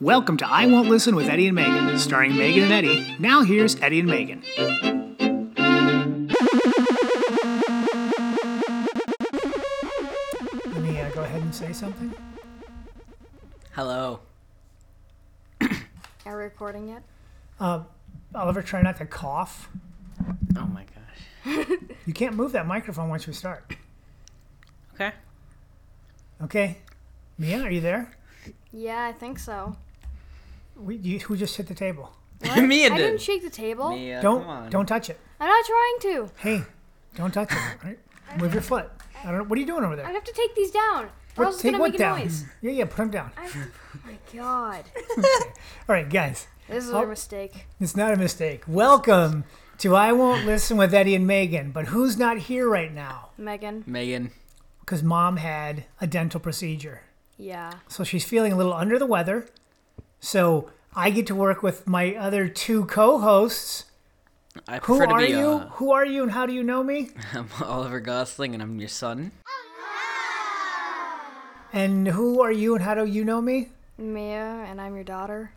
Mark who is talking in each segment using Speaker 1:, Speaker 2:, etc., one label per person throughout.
Speaker 1: Welcome to I Won't Listen with Eddie and Megan, starring Megan and Eddie. Now here's Eddie and Megan. Let me uh, go ahead and say something.
Speaker 2: Hello.
Speaker 3: Are we recording yet?
Speaker 1: Oliver, try not to cough.
Speaker 2: Oh my gosh.
Speaker 1: You can't move that microphone once we start.
Speaker 2: Okay.
Speaker 1: Okay. Mia, are you there?
Speaker 3: Yeah, I think so.
Speaker 1: We, you, who just hit the table?
Speaker 2: Mia did.
Speaker 3: I didn't shake the table.
Speaker 2: Mia, come on.
Speaker 1: Don't don't touch it.
Speaker 3: I'm not trying to.
Speaker 1: Hey, don't touch it. All right? Move your foot. I don't know. What are you doing over
Speaker 3: I
Speaker 1: there?
Speaker 3: have to take these down. Or else it's
Speaker 1: Take
Speaker 3: gonna
Speaker 1: what
Speaker 3: make a
Speaker 1: down?
Speaker 3: noise.
Speaker 1: Yeah, yeah. Put them down.
Speaker 3: I, oh my god.
Speaker 1: All right, guys.
Speaker 3: This is
Speaker 1: Oh.
Speaker 3: a mistake.
Speaker 1: It's not a mistake. Welcome to I Won't Listen with Eddie and Megan. But who's not here right now?
Speaker 3: Megan.
Speaker 2: Megan.
Speaker 1: Because mom had a dental procedure.
Speaker 3: Yeah.
Speaker 1: So she's feeling a little under the weather. So I get to work with my other two co hosts.
Speaker 2: I
Speaker 1: Who
Speaker 2: prefer
Speaker 1: are
Speaker 2: to be
Speaker 1: you?
Speaker 2: Uh,
Speaker 1: Who are you and how do you know me?
Speaker 2: I'm Oliver Gosling and I'm your son.
Speaker 1: And who are you and how do you know me?
Speaker 3: Mia and I'm your daughter.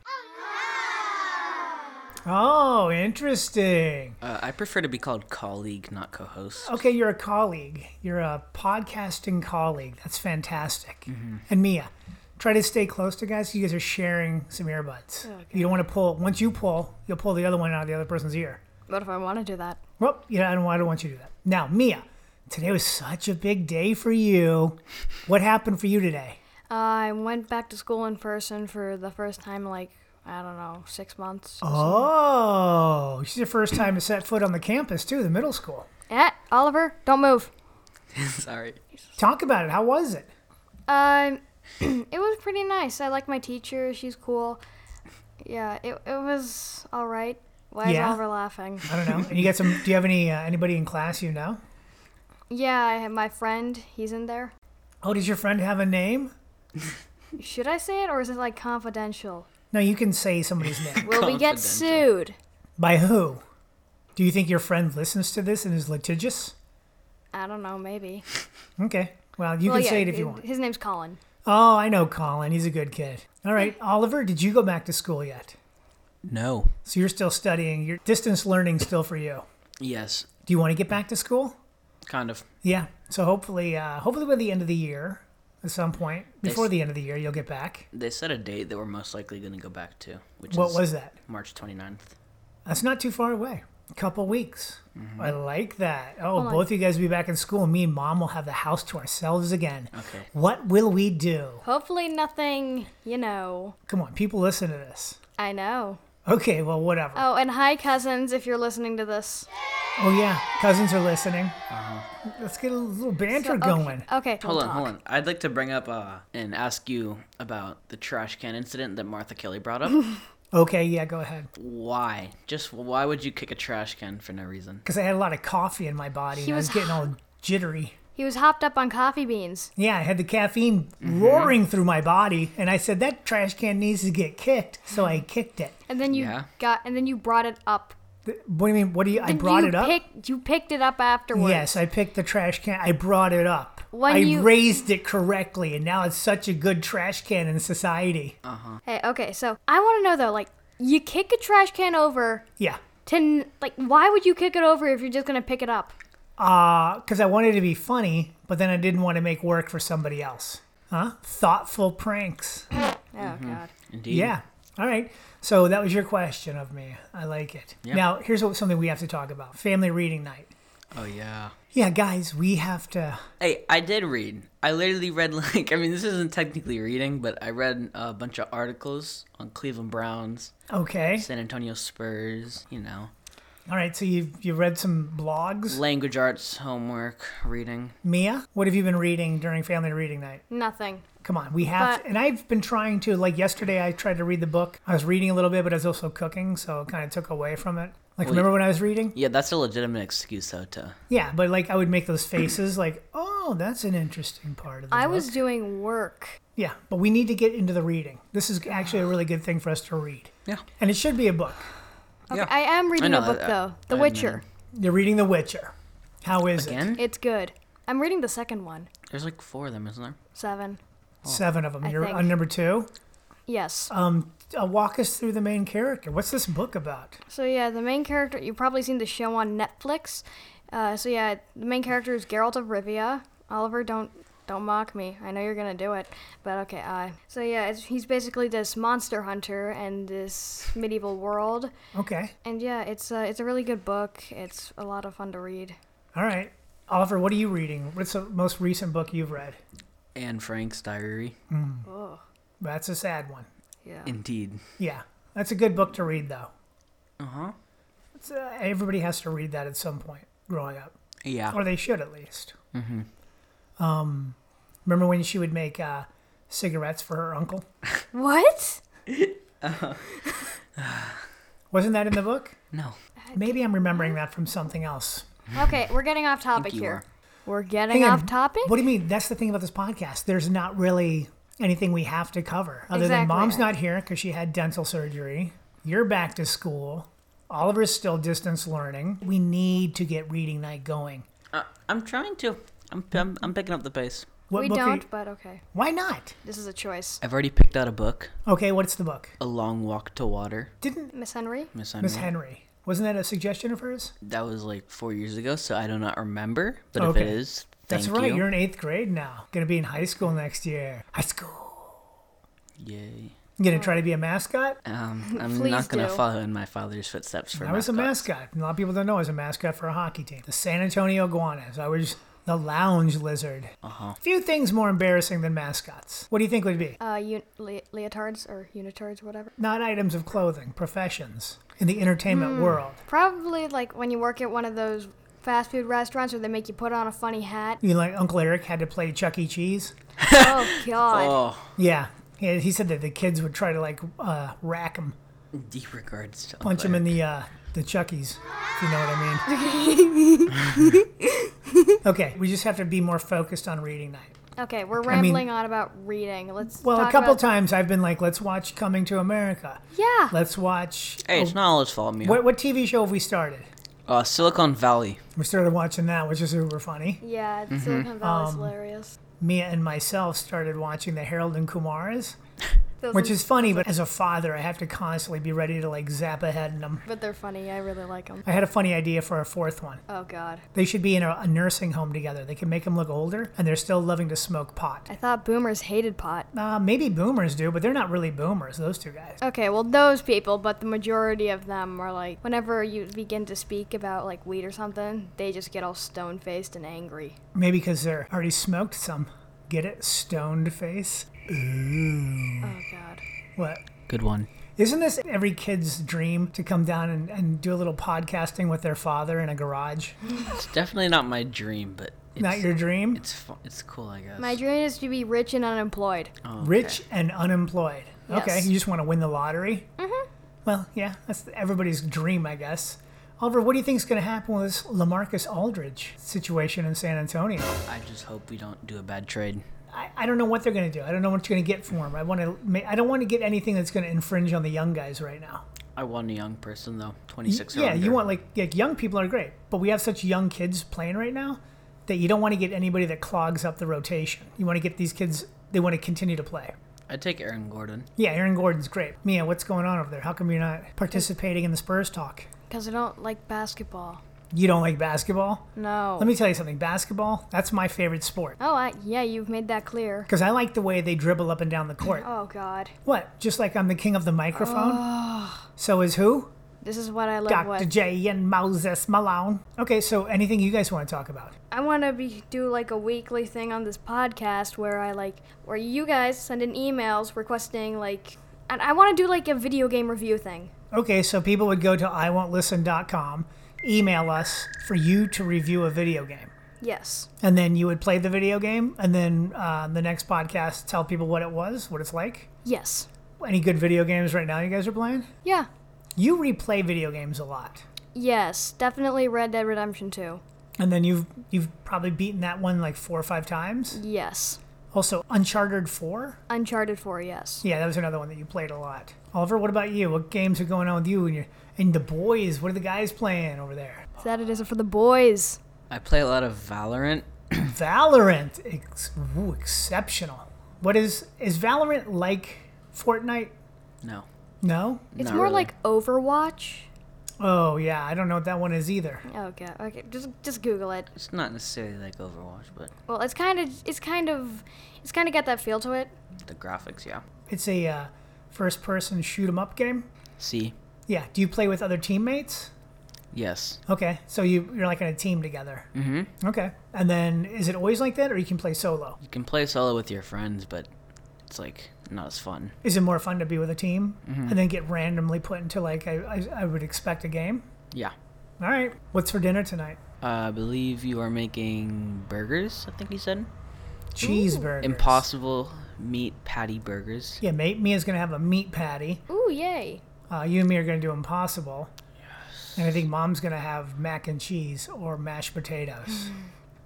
Speaker 1: Oh, interesting.
Speaker 2: Uh, I prefer to be called colleague, not co-host.
Speaker 1: Okay, you're a colleague. You're a podcasting colleague. That's fantastic. And Mia, try to stay close to guys. You guys are sharing some earbuds. You don't want to pull. Once you pull, you'll pull the other one out of the other person's ear.
Speaker 3: What if I want to do that?
Speaker 1: Well, you know, I don't, I don't want you to do that. Now, Mia, today was such a big day for you. What happened for you today?
Speaker 3: I went back to school in person for the first time in, like I don't know, six months.
Speaker 1: Uh-huh. Oh, she's your first time to set foot on the campus too, the middle school.
Speaker 3: Eh, Oliver, don't move.
Speaker 1: Oh.
Speaker 2: Sorry.
Speaker 1: Talk about it. How was it?
Speaker 3: Um, it was pretty nice. I like my teacher. She's cool. Yeah, it, it was all right. Why
Speaker 1: Yeah?
Speaker 3: is Oliver laughing?
Speaker 1: I don't know. And you got some? Do you have any uh, anybody in class you know?
Speaker 3: Yeah, I have my friend. He's in there.
Speaker 1: Oh, does your friend have a name?
Speaker 3: Should I say it or is it like confidential?
Speaker 1: No, you can say somebody's name.
Speaker 3: Will we get
Speaker 2: Confidential.
Speaker 3: sued?
Speaker 1: By who? Do you think your friend listens to this and is litigious?
Speaker 3: I don't know, maybe.
Speaker 1: Okay. Well, you
Speaker 3: Well,
Speaker 1: can
Speaker 3: yeah,
Speaker 1: say it if
Speaker 3: his-
Speaker 1: you want.
Speaker 3: His name's Colin.
Speaker 1: Oh, I know Colin. He's a good kid. All right, Oliver, did you go back to school yet?
Speaker 2: No.
Speaker 1: So you're still studying. Your distance learning still for you.
Speaker 2: Yes.
Speaker 1: Do you want to get back to school?
Speaker 2: Kind of.
Speaker 1: Yeah. So hopefully, uh, hopefully by the end of the year, at some point before the end of the year, you'll get back.
Speaker 2: They set a date that we're most likely going to go back to, which is
Speaker 1: What was that?
Speaker 2: March 29th.
Speaker 1: That's not too far away. A couple weeks. I like that. Oh,
Speaker 3: Mm-hmm. on.
Speaker 1: both of you guys will be back in school. Me and mom will have the house to ourselves again.
Speaker 2: Okay.
Speaker 1: What will we do?
Speaker 3: Hopefully, nothing, you know.
Speaker 1: Come on, people listen to this.
Speaker 3: I know.
Speaker 1: Okay, well, whatever. Oh,
Speaker 3: Oh, and hi, cousins, if you're listening to this.
Speaker 1: yeah, cousins are listening. Let's get a little banter
Speaker 3: Oh, Okay,
Speaker 1: going.
Speaker 3: Okay,
Speaker 2: Hold on, hold on. I'd like to bring up uh, and ask you about the trash can incident that Martha Kelly brought up.
Speaker 1: Okay, yeah, go ahead.
Speaker 2: why? Just why would you kick a trash can for no reason?
Speaker 1: Because I had a lot of coffee in my body. and I was
Speaker 3: was-
Speaker 1: getting all jittery.
Speaker 3: He was hopped up on coffee beans.
Speaker 1: Yeah, I had the caffeine roaring through my body, and I said that trash can needs to get kicked, so I
Speaker 3: Mm-hmm.
Speaker 1: kicked it.
Speaker 3: And then you
Speaker 2: Yeah.
Speaker 3: got, and then you brought it up.
Speaker 1: What do you mean? What do you? I brought
Speaker 3: you
Speaker 1: it up.
Speaker 3: Picked, you picked it up afterwards.
Speaker 1: Yes, I picked the trash can. I brought it up.
Speaker 3: When
Speaker 1: I
Speaker 3: you-
Speaker 1: raised it correctly, and now it's such a good trash can in society.
Speaker 3: Hey, okay, so I want to know though, like, you kick a trash can over
Speaker 1: Yeah,
Speaker 3: to, n- like, why would you kick it over if you're just going to pick it up?
Speaker 1: because Uh, I wanted to be funny, but then I didn't want to make work for somebody else. Huh? Thoughtful pranks.
Speaker 3: Oh,
Speaker 2: Mm-hmm.
Speaker 3: God.
Speaker 2: Indeed.
Speaker 1: Yeah. All right. So that was your question of me. I like it. Now here's what, something we have to talk about: family reading night.
Speaker 2: Oh yeah.
Speaker 1: Yeah, guys, we have to.
Speaker 2: Hey, I did read. I literally read like I mean this isn't technically reading, but I read a bunch of articles on Cleveland Browns,
Speaker 1: Okay.
Speaker 2: San Antonio Spurs, you know,
Speaker 1: All right. So you you read some blogs,
Speaker 2: language arts, homework, reading.
Speaker 1: Mia? What have you been reading during family reading night?
Speaker 3: Nothing.
Speaker 1: Come on, we have.
Speaker 3: But-
Speaker 1: to, and I've been trying to. Like yesterday, I tried to read the book. I was reading a little bit, but I was also cooking, so it kind of took away from it. Like, remember when I was reading?
Speaker 2: Yeah, that's a legitimate excuse though to
Speaker 1: Yeah, but like I would make those faces, like, "Oh, that's an interesting part of the
Speaker 3: I
Speaker 1: book."
Speaker 3: was doing work.
Speaker 1: Yeah, but we need to get into the reading. This is actually a really good thing for us to read,
Speaker 2: Yeah.
Speaker 1: and it should be a book.
Speaker 3: Okay, I am reading
Speaker 2: know
Speaker 3: a book
Speaker 2: that-
Speaker 3: though,
Speaker 2: I
Speaker 3: The
Speaker 2: admit
Speaker 3: Witcher.
Speaker 1: You're reading The Witcher. How is
Speaker 2: Again?
Speaker 3: It's good. I'm reading the second one.
Speaker 2: There's like four of them, isn't there?
Speaker 3: Seven.
Speaker 1: it? Seven of them.
Speaker 3: I
Speaker 1: You're
Speaker 3: think.
Speaker 1: on number two.
Speaker 3: Yes.
Speaker 2: Oh.
Speaker 1: Um, uh, walk us through the main character. What's this book about?
Speaker 3: So yeah, the main character you've probably seen the show on Netflix. Uh, so yeah, the main character is Geralt of Rivia. Oliver, don't don't mock me. I know you're gonna do it, but okay. Uh, so yeah, it's, he's basically this monster hunter in this medieval world,
Speaker 1: Okay.
Speaker 3: and yeah, it's a, it's a really good book. It's a lot of fun to read.
Speaker 1: All right. Oliver, what are you reading? What's the most recent book you've read?
Speaker 2: Anne Frank's diary. Hmm.
Speaker 3: Oh
Speaker 1: That's a sad one.
Speaker 3: yeah.
Speaker 2: Indeed.
Speaker 1: Yeah. That's a good book to read, though.
Speaker 2: Uh huh.
Speaker 1: It's, uh, everybody has to read that at some point growing up,
Speaker 2: Yeah.
Speaker 1: or they should at least. Mm-hmm. Um, remember when she would make uh, cigarettes for her uncle?
Speaker 3: What?
Speaker 1: Wasn't that in the book?
Speaker 2: No.
Speaker 1: Maybe I'm remembering that from something else.
Speaker 3: Okay, we're getting off topic
Speaker 2: you
Speaker 3: here.
Speaker 2: are.
Speaker 3: We're getting
Speaker 1: Hang on.
Speaker 3: off topic.
Speaker 1: What do you mean? That's the thing about this podcast. There's not really anything we have to cover other than
Speaker 3: Exactly.
Speaker 1: mom's not here because she had dental surgery. You're back to school. Oliver's still distance learning. We need to get reading night going.
Speaker 2: Uh, I'm trying to. I'm, I'm I'm picking up the pace.
Speaker 1: What
Speaker 3: we
Speaker 1: book? Are
Speaker 3: don't,
Speaker 1: you,
Speaker 3: but okay.
Speaker 1: why not?
Speaker 3: This is a choice.
Speaker 2: I've already picked out a book.
Speaker 1: Okay, what's the book?
Speaker 2: A long walk to water.
Speaker 1: Didn't
Speaker 3: Miss Henry?
Speaker 2: Miss
Speaker 1: Miss
Speaker 2: Unwin.
Speaker 1: Henry? Wasn't that a suggestion of hers?
Speaker 2: That was like four years ago, so I do not remember. But if
Speaker 1: Okay.
Speaker 2: it is, thank
Speaker 1: That's right.
Speaker 2: you.
Speaker 1: You're in eighth grade now. Gonna be in high school next year. High school.
Speaker 2: Yay.
Speaker 1: You gonna try to be a mascot?
Speaker 2: Um, I'm
Speaker 3: Please
Speaker 2: not gonna
Speaker 3: do.
Speaker 2: follow in my father's footsteps for
Speaker 1: I was a
Speaker 2: mascots.
Speaker 1: mascot. A lot of people don't know I was a mascot for a hockey team. The San Antonio Guanas. I was the lounge lizard.
Speaker 2: Uh-huh.
Speaker 1: Few things more embarrassing than mascots. What do you think would be?
Speaker 3: Uh, un- le- leotards or unitards, whatever.
Speaker 1: Not items of clothing, professions in the entertainment
Speaker 2: Hmm.
Speaker 1: world.
Speaker 3: Probably like when you work at one of those fast food restaurants where they make you put on a funny hat.
Speaker 1: You know, like Uncle Eric had to play Chuck E. Cheese.
Speaker 3: oh God.
Speaker 2: Oh,
Speaker 1: Yeah. He he said that the kids would try to like uh, rack him,
Speaker 2: deep regards to
Speaker 1: punch him in the uh, the Chuckies, if you know what I mean. okay, we just have to be more focused on reading night.
Speaker 3: Okay, we're
Speaker 1: Oh. mean-
Speaker 3: rambling on about reading. Let's
Speaker 1: Well,
Speaker 3: talk
Speaker 1: a couple
Speaker 3: about-
Speaker 1: times I've been like, let's watch Coming to America.
Speaker 3: Yeah.
Speaker 1: Let's watch.
Speaker 2: Hey, it's not all his fault, Mio.
Speaker 1: Oh. What, what TV show have we started?
Speaker 2: Uh, Silicon Valley.
Speaker 1: We started watching that, which is super funny.
Speaker 3: yeah, it's
Speaker 1: Mm-hmm.
Speaker 3: Silicon Valley's
Speaker 1: Um,
Speaker 3: hilarious.
Speaker 1: Mia and myself started watching the Harold and Kumars,
Speaker 3: Those
Speaker 1: which
Speaker 3: are-
Speaker 1: is funny, but as a father, I have to constantly be ready to like zap ahead in them.
Speaker 3: but they're funny. I really like them.
Speaker 1: I had a funny idea for a fourth one.
Speaker 3: Oh God.
Speaker 1: They should be in a, a nursing home together. They can make them look older, and they're still loving to smoke pot.
Speaker 3: I thought boomers hated pot.
Speaker 1: Uh, maybe boomers do, but they're not really boomers, those two guys.
Speaker 3: Okay, well those people, but the majority of them are like whenever you begin to speak about like weed or something, they just get all stone faced and angry.
Speaker 1: Maybe because they're already smoked some. Get it? Stoned face?
Speaker 3: Oh God.
Speaker 1: What?
Speaker 2: Good one.
Speaker 1: Isn't this every kid's dream to come down and, and do a little podcasting with their father in a garage?
Speaker 2: It's definitely not my dream, but it's,
Speaker 1: Not your dream?
Speaker 2: It's fu- it's cool, I guess.
Speaker 3: My dream is to be rich and unemployed.
Speaker 1: Oh. Rich and unemployed. Okay,
Speaker 3: Yes.
Speaker 1: you just want to win the lottery? Mm-hmm. Well, yeah, that's everybody's dream, I guess. Oliver, what do you think's going to happen with this Lamarcus Aldridge situation in San Antonio?
Speaker 2: I just hope we don't do a bad trade.
Speaker 1: I, I don't know what they're going to do. I don't know what you're going to get for him. I want to. I don't want to get anything that's going to infringe on the young guys right now.
Speaker 2: I want a young person though, 26 or
Speaker 1: yeah, you
Speaker 2: under.
Speaker 1: want like, like young people are great, but we have such young kids playing right now that you don't want to get anybody that clogs up the rotation. You want to get these kids; they want to continue to play.
Speaker 2: I take Aaron Gordon.
Speaker 1: Yeah, Aaron Gordon's great. Mia, what's going on over there? How come you're not participating in the Spurs talk?
Speaker 3: Because I don't like basketball.
Speaker 1: You don't like basketball?
Speaker 3: No.
Speaker 1: Let me tell you something. Basketball—that's my favorite sport
Speaker 3: oh, I, yeah, you've made that clear.
Speaker 1: because I like the way they dribble up and down the court.
Speaker 3: Oh, God.
Speaker 1: What? Just like I'm the king of the microphone. so is who?
Speaker 3: This is Oh. what I live
Speaker 1: Dr.
Speaker 3: with.
Speaker 1: J and Moses Malone. Okay, so anything you guys want to talk about?
Speaker 3: I want to be do like a weekly thing on this podcast where I like, where you guys send in emails requesting like, and I want to do like a video game review thing.
Speaker 1: Okay, so people would go to iwon'tlisten.com, email us for you to review a video game.
Speaker 3: Yes.
Speaker 1: And then you would play the video game, and then uh, the next podcast, tell people what it was, what it's like.
Speaker 3: Yes.
Speaker 1: Any good video games right now you guys are playing?
Speaker 3: Yeah.
Speaker 1: You replay video games a lot.
Speaker 3: Yes. Definitely Red Dead Redemption 2.
Speaker 1: And then you've you've probably beaten that one like four or five times.
Speaker 3: Yes.
Speaker 1: Also, Uncharted 4.
Speaker 3: Uncharted 4. Yes.
Speaker 1: Yeah, that was another one that you played a lot. Oliver, what about you? What games are going on with you and your and the boys? What are the guys playing over there?
Speaker 3: That is it for the boys.
Speaker 2: I play a lot of Valorant.
Speaker 1: Valorant, ex- ooh, exceptional. What is is Valorant like Fortnite?
Speaker 2: No.
Speaker 1: No.
Speaker 3: It's
Speaker 2: Not
Speaker 3: more
Speaker 2: really.
Speaker 3: like Overwatch.
Speaker 1: Oh yeah, I don't know what that one is either.
Speaker 3: Okay, okay, just just Google it.
Speaker 2: It's not necessarily like Overwatch, but
Speaker 3: Well, it's kind of it's kind of it's kind of got that feel to it.
Speaker 2: the graphics, yeah.
Speaker 1: It's a uh, first-person shoot 'em up game.
Speaker 2: See?
Speaker 1: Yeah. Do you play with other teammates?
Speaker 2: Yes.
Speaker 1: Okay, so you you're like in a team together.
Speaker 2: Mm-hmm.
Speaker 1: Okay, and then is it always like that, or you can play solo?
Speaker 2: You can play solo with your friends, but it's like not as fun.
Speaker 1: Is it more fun to be with a team and then get randomly put into like I, I, I would expect a game?
Speaker 2: Yeah.
Speaker 1: All right, what's for dinner tonight?
Speaker 2: Uh, I believe you are making burgers, I think he said.
Speaker 1: Cheeseburgers.
Speaker 2: Impossible meat patty burgers.
Speaker 1: Yeah, mate, Mia's gonna have a meat patty.
Speaker 3: Ooh, yay!
Speaker 1: Uh, you and me are gonna do impossible. Yes. And I think mom's gonna have mac and cheese or mashed potatoes.
Speaker 2: Mm-hmm.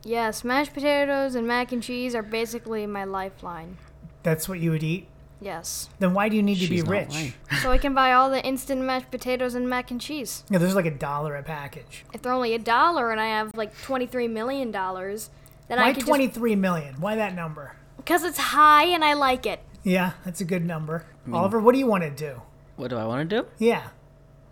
Speaker 3: Yeah, mashed potatoes and mac and cheese are basically my lifeline.
Speaker 1: That's what you would eat.
Speaker 3: Yes,
Speaker 1: Then why do you need to be
Speaker 2: She's not
Speaker 1: rich?
Speaker 2: lying.
Speaker 3: so I can buy all the instant mashed potatoes and mac and cheese.
Speaker 1: Yeah, there's like a dollar a package.
Speaker 3: If they're only a dollar and I have like twenty three million dollars, then I
Speaker 1: Why
Speaker 3: could
Speaker 1: twenty three million? Why that number?
Speaker 3: because it's high and I like it.
Speaker 1: Yeah, that's a good number. Oliver, what do you want to do?
Speaker 2: What do I want to do?
Speaker 1: Yeah,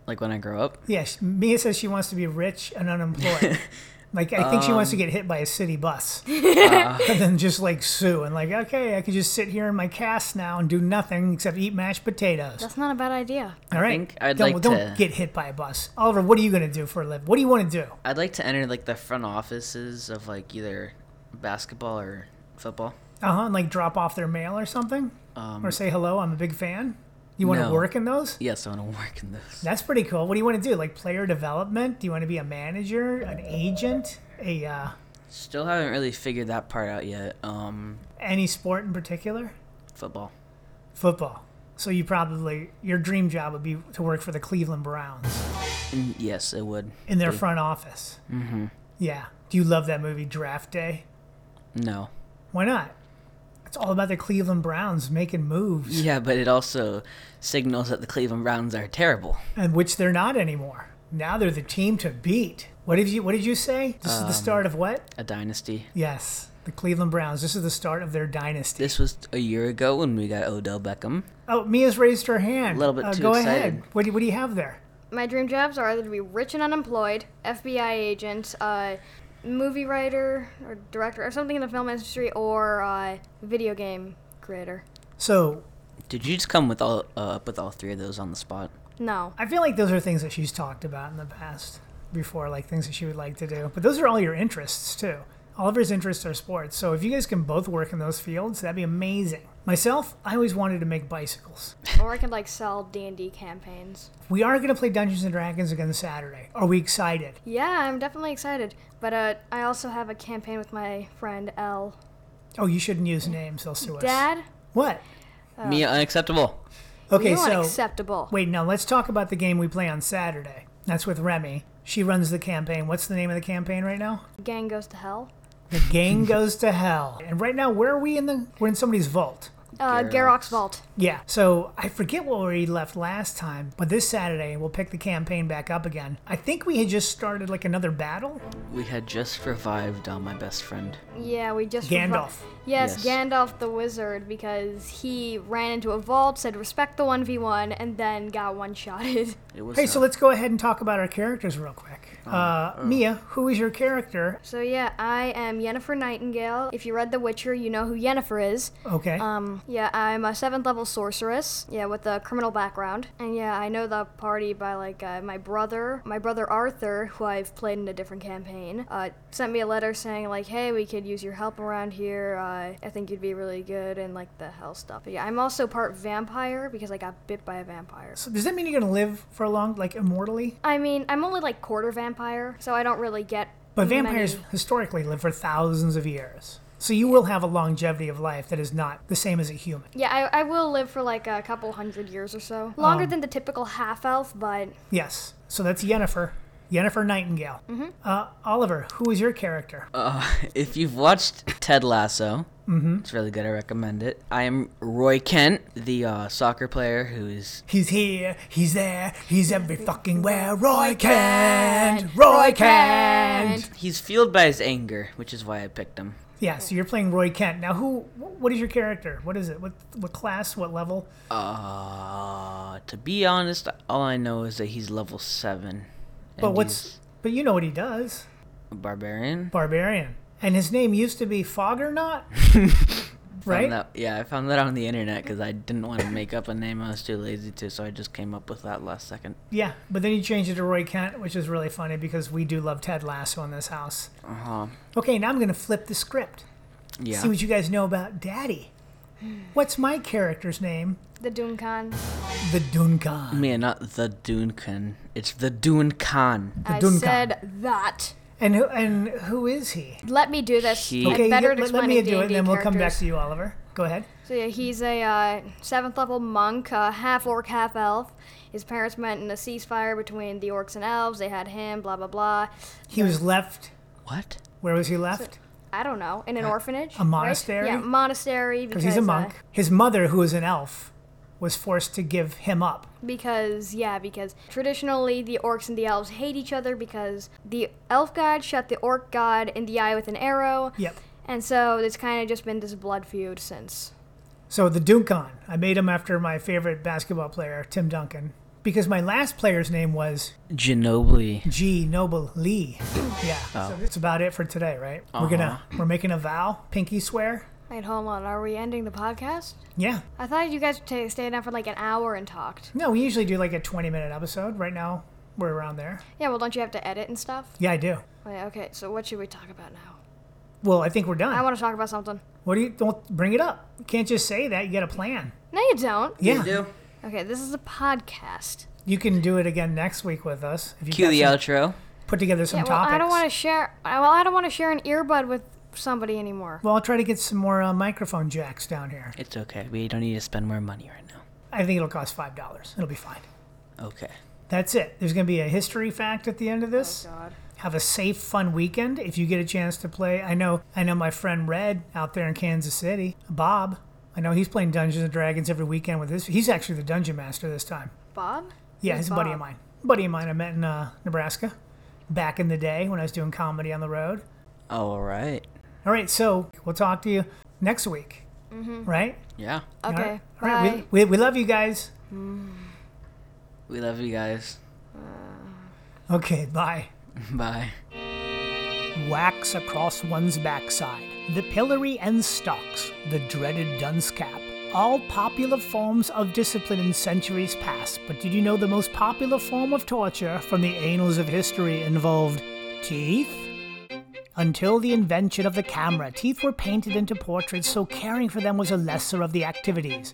Speaker 2: Like when I grow up?
Speaker 1: yeah. sh- Mia says she wants to be rich and unemployed. like I think she wants to
Speaker 2: Um.
Speaker 1: get hit by a city bus,
Speaker 2: Uh.
Speaker 1: and then just like sue and like, okay, I could just sit here in my cast now and do nothing except eat mashed potatoes.
Speaker 3: That's not a bad idea.
Speaker 1: All right,
Speaker 2: think I'd
Speaker 1: don't,
Speaker 2: like
Speaker 1: don't
Speaker 2: to-
Speaker 1: get hit by a bus. Oliver, what are you gonna do for a living? What do you want to do?
Speaker 2: I'd like to enter like the front offices of like either basketball or football.
Speaker 1: Uh huh. And like drop off their mail or something,
Speaker 2: Um,
Speaker 1: or say hello. I'm a big fan. You want to
Speaker 2: No.
Speaker 1: work in those?
Speaker 2: yes, I want to work in this.
Speaker 1: That's pretty cool. What do you want to do? Like player development? Do you want to be a manager, an agent, a uh,
Speaker 2: Still haven't really figured that part out yet. Um,
Speaker 1: any sport in particular?
Speaker 2: football.
Speaker 1: Football. So you probably your dream job would be to work for the Cleveland Browns
Speaker 2: Mm, Yes, it would.
Speaker 1: in their front office. Mm-hmm. Yeah. Do you love that movie Draft Day?
Speaker 2: No.
Speaker 1: Why not? It's all about the Cleveland Browns making moves,
Speaker 2: Yeah, but it also signals that the Cleveland Browns are terrible.
Speaker 1: and which they're not anymore. Now they're the team to beat. What did you What did you say? This
Speaker 2: Um,
Speaker 1: is the start of what?
Speaker 2: A dynasty.
Speaker 1: Yes, the Cleveland Browns. This is the start of their dynasty.
Speaker 2: This was a year ago when we got Odell Beckham.
Speaker 1: Oh, Mia's raised her hand.
Speaker 2: A little bit
Speaker 1: uh,
Speaker 2: too
Speaker 1: Go ahead.
Speaker 2: excited.
Speaker 1: What do, what do you have there?
Speaker 3: My dream jobs are either to be rich and unemployed, FBI agent, uh, movie writer or director, or something in the film industry, or uh, video game creator.
Speaker 1: So
Speaker 2: Did you just come with all uh, up with all three of those on the spot?
Speaker 3: No.
Speaker 1: I feel like those are things that she's talked about in the past before, like things that she would like to do. But those are all your interests too. Oliver's interests are sports. So if you guys can both work in those fields, that'd be amazing. Myself, I always wanted to make bicycles.
Speaker 3: or I could like sell D and D campaigns.
Speaker 1: We are going to play Dungeons and Dragons again Saturday. Are we excited?
Speaker 3: Yeah, I'm definitely excited. But uh, I also have a campaign with my friend L.
Speaker 1: Oh, you shouldn't use names. They'll sue us.
Speaker 3: Dad,
Speaker 1: What? Uh,
Speaker 2: Mia, unacceptable.
Speaker 1: Okay,
Speaker 3: you
Speaker 1: so
Speaker 3: unacceptable.
Speaker 1: wait. Now let's talk about the game we play on Saturday. That's with Remy. She runs the campaign. What's the name of the campaign right now?
Speaker 3: Gang goes to hell.
Speaker 1: The gang goes to hell. And right now, where are we in the? We're in somebody's vault.
Speaker 3: Uh,
Speaker 2: Garrox.
Speaker 3: Garrock's vault.
Speaker 1: Yeah. So I forget where we left last time, but this Saturday we'll pick the campaign back up again. I think we had just started like another battle.
Speaker 2: We had just revived uh, my best friend.
Speaker 3: Yeah, we just
Speaker 1: Gandalf.
Speaker 3: Yes,
Speaker 2: Yes.
Speaker 3: Gandalf the wizard, because he ran into a vault, said respect the one v one, and then got one shotted.
Speaker 2: It was
Speaker 1: Hey,
Speaker 2: uh,
Speaker 1: so let's go ahead and talk about our characters real quick. Uh, Mia, who is your character?
Speaker 3: So yeah, I am Yennefer Nightingale. If you read The Witcher, you know who Yennefer is.
Speaker 1: Okay.
Speaker 3: Um, yeah, I'm a seventh level sorceress. Yeah, with a criminal background, and yeah, I know the party by like uh, my brother. My brother Arthur, who I've played in a different campaign, uh, sent me a letter saying like, "Hey, we could use your help around here. Uh, I think you'd be really good in like the hell stuff." But yeah, I'm also part vampire because I got bit by a vampire.
Speaker 1: so does that mean you're gonna live for a long, like immortally?
Speaker 3: I mean, I'm only like quarter vampire, so I don't really get.
Speaker 1: But vampires
Speaker 3: many-
Speaker 1: historically live for thousands of years. So you will have a longevity of life that is not the same as a human.
Speaker 3: Yeah, I, I will live for like a couple hundred years or so.
Speaker 1: Oh.
Speaker 3: Longer than the typical half elf, but
Speaker 1: Yes. So that's Yennefer. Yennefer Nightingale. Mm-hmm. Uh, Oliver, who is your character?
Speaker 2: uh, if you've watched Ted Lasso, mm-hmm. it's really good. I recommend it. I am Roy Kent, the uh, soccer player who is
Speaker 1: He's here, he's there, he's every fucking where. Roy Kent, Roy Kent.
Speaker 2: he's fueled by his anger, which is why I picked him.
Speaker 1: Yeah, so you're playing Roy Kent. Now, who? wh- What is your character? What is it? What what class? What level?
Speaker 2: Uh, to be honest, all I know is that he's level seven.
Speaker 1: But
Speaker 2: and
Speaker 1: what's?
Speaker 2: he's
Speaker 1: But you know what he does.
Speaker 2: a barbarian?
Speaker 1: Barbarian. And his name used to be Foggernot, right?
Speaker 2: Found that- yeah, I found that on the internet because I didn't want to make up a name. I was too lazy to, so I just came up with that last second.
Speaker 1: Yeah, but then he changed it to Roy Kent, which is really funny because we do love Ted Lasso in this house.
Speaker 2: Uh huh.
Speaker 1: Okay, now I'm going to flip the script.
Speaker 2: Yeah.
Speaker 1: See what you guys know about Daddy. What's my character's name?
Speaker 3: The Duncan.
Speaker 1: The Duncan.
Speaker 2: Man, not the Duncan. It's the Duncan.
Speaker 3: I
Speaker 1: Duncan.
Speaker 3: said that.
Speaker 1: And who and who is he?
Speaker 3: Let me do this.
Speaker 2: He-
Speaker 3: I'm
Speaker 1: Okay,
Speaker 3: better
Speaker 1: you- let,
Speaker 3: at
Speaker 1: let
Speaker 3: explaining
Speaker 1: me do it, and
Speaker 3: D&D
Speaker 1: then we'll come back
Speaker 3: characters.
Speaker 1: to you, Oliver. Go ahead.
Speaker 3: So yeah, he's a uh, seventh level monk, uh, half orc, half elf. His parents met in a ceasefire between the orcs and elves. They had him, blah blah blah.
Speaker 1: He was left.
Speaker 2: What?
Speaker 1: Where was he left?
Speaker 3: I don't know, in an orphanage,
Speaker 1: a monastery?
Speaker 3: Right? Yeah, monastery because
Speaker 1: Because he's a
Speaker 3: uh,
Speaker 1: monk. His mother, who was an elf, was forced to give him up.
Speaker 3: because yeah, because traditionally the orcs and the elves hate each other because the elf god shot the orc god in the eye with an arrow.
Speaker 1: Yep.
Speaker 3: And so it's kind of just been this blood feud since.
Speaker 1: So the Duncan, I made him after my favorite basketball player, Tim Duncan, because my last player's name was
Speaker 2: Ginobili.
Speaker 1: G. Noble Lee. Yeah.
Speaker 2: Oh.
Speaker 1: So that's about it for today, right? We're gonna
Speaker 2: Uh-huh.
Speaker 1: we're making a vow, pinky swear.
Speaker 3: Wait, hold on. Are we ending the podcast?
Speaker 1: Yeah.
Speaker 3: I thought you guys t- stayed down for like an hour and talked.
Speaker 1: No, we usually do like a 20 minute episode. Right now, we're around there.
Speaker 3: Yeah, well, don't you have to edit and stuff?
Speaker 1: Yeah, I do.
Speaker 3: Wait, okay, so what should we talk about now?
Speaker 1: Well, I think we're
Speaker 3: I
Speaker 1: done.
Speaker 3: want to talk about something.
Speaker 1: What do you don't bring it up? You can't just say that. You got a plan.
Speaker 3: No, you don't.
Speaker 1: Yeah.
Speaker 3: Okay, this is a podcast.
Speaker 1: You can do it again next week with us if you
Speaker 2: Cue
Speaker 1: got
Speaker 2: the
Speaker 1: some-
Speaker 2: outro.
Speaker 1: put together some
Speaker 3: Yeah, well,
Speaker 1: topics.
Speaker 3: I don't want to share. I- Well, I don't want to share an earbud with somebody anymore.
Speaker 1: Well, I'll try to get some more uh, microphone jacks down here.
Speaker 2: It's okay. We don't need to spend more money right now.
Speaker 1: I think it'll cost five dollars. It'll be fine.
Speaker 2: Okay.
Speaker 1: That's it. There's going to be a history fact at the end of this.
Speaker 3: God.
Speaker 1: Have a safe, fun weekend if you get a chance to play. I know, I know my friend Red out there in Kansas City, Bob. I know he's playing Dungeons and Dragons every weekend with his. He's actually the dungeon master this time.
Speaker 3: Bob?
Speaker 1: Yeah,
Speaker 3: Who's
Speaker 1: he's a buddy of
Speaker 3: Bob?
Speaker 1: mine. Buddy of mine I met in uh, Nebraska back in the day when I was doing comedy on the road.
Speaker 2: All right.
Speaker 1: All right, so we'll talk to you next week, right?
Speaker 2: Yeah.
Speaker 1: All
Speaker 3: Mm-hmm. Okay.
Speaker 1: right. All right.
Speaker 3: bye.
Speaker 1: We, we, we love you guys.
Speaker 2: We love you guys.
Speaker 1: Okay, bye.
Speaker 2: Bye.
Speaker 1: Wax across one's backside, the pillory and stocks, the dreaded dunce cap. All popular forms of discipline in centuries past, but did you know the most popular form of torture from the annals of history involved teeth? Until the invention of the camera, teeth were painted into portraits, so caring for them was a lesser of the activities.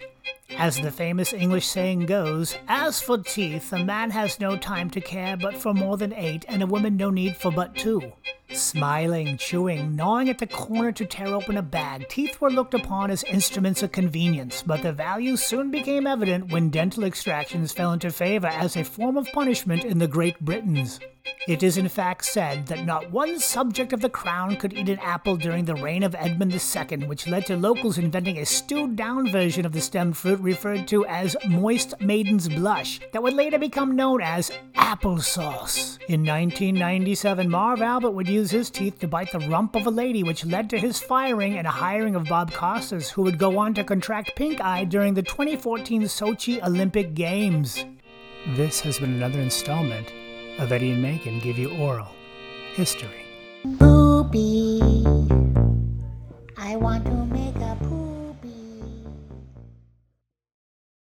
Speaker 1: As the famous English saying goes, as for teeth, a man has no time to care but for more than eight, and a woman no need for but two. Smiling, chewing, gnawing at the corner to tear open a bag, teeth were looked upon as instruments of convenience, but their value soon became evident when dental extractions fell into favor as a form of punishment in the Great Britons. It is in fact said that not one subject of the crown could eat an apple during the reign of Edmund II, which led to locals inventing a stewed down version of the stem fruit referred to as moist maiden's blush, that would later become known as applesauce. In 1997, Marv Albert would use his teeth to bite the rump of a lady, which led to his firing and a hiring of Bob Costas, who would go on to contract pink eye during the 2014 Sochi Olympic Games. This has been another installment of Eddie and Megan Give You Oral History.
Speaker 4: Booby. I want to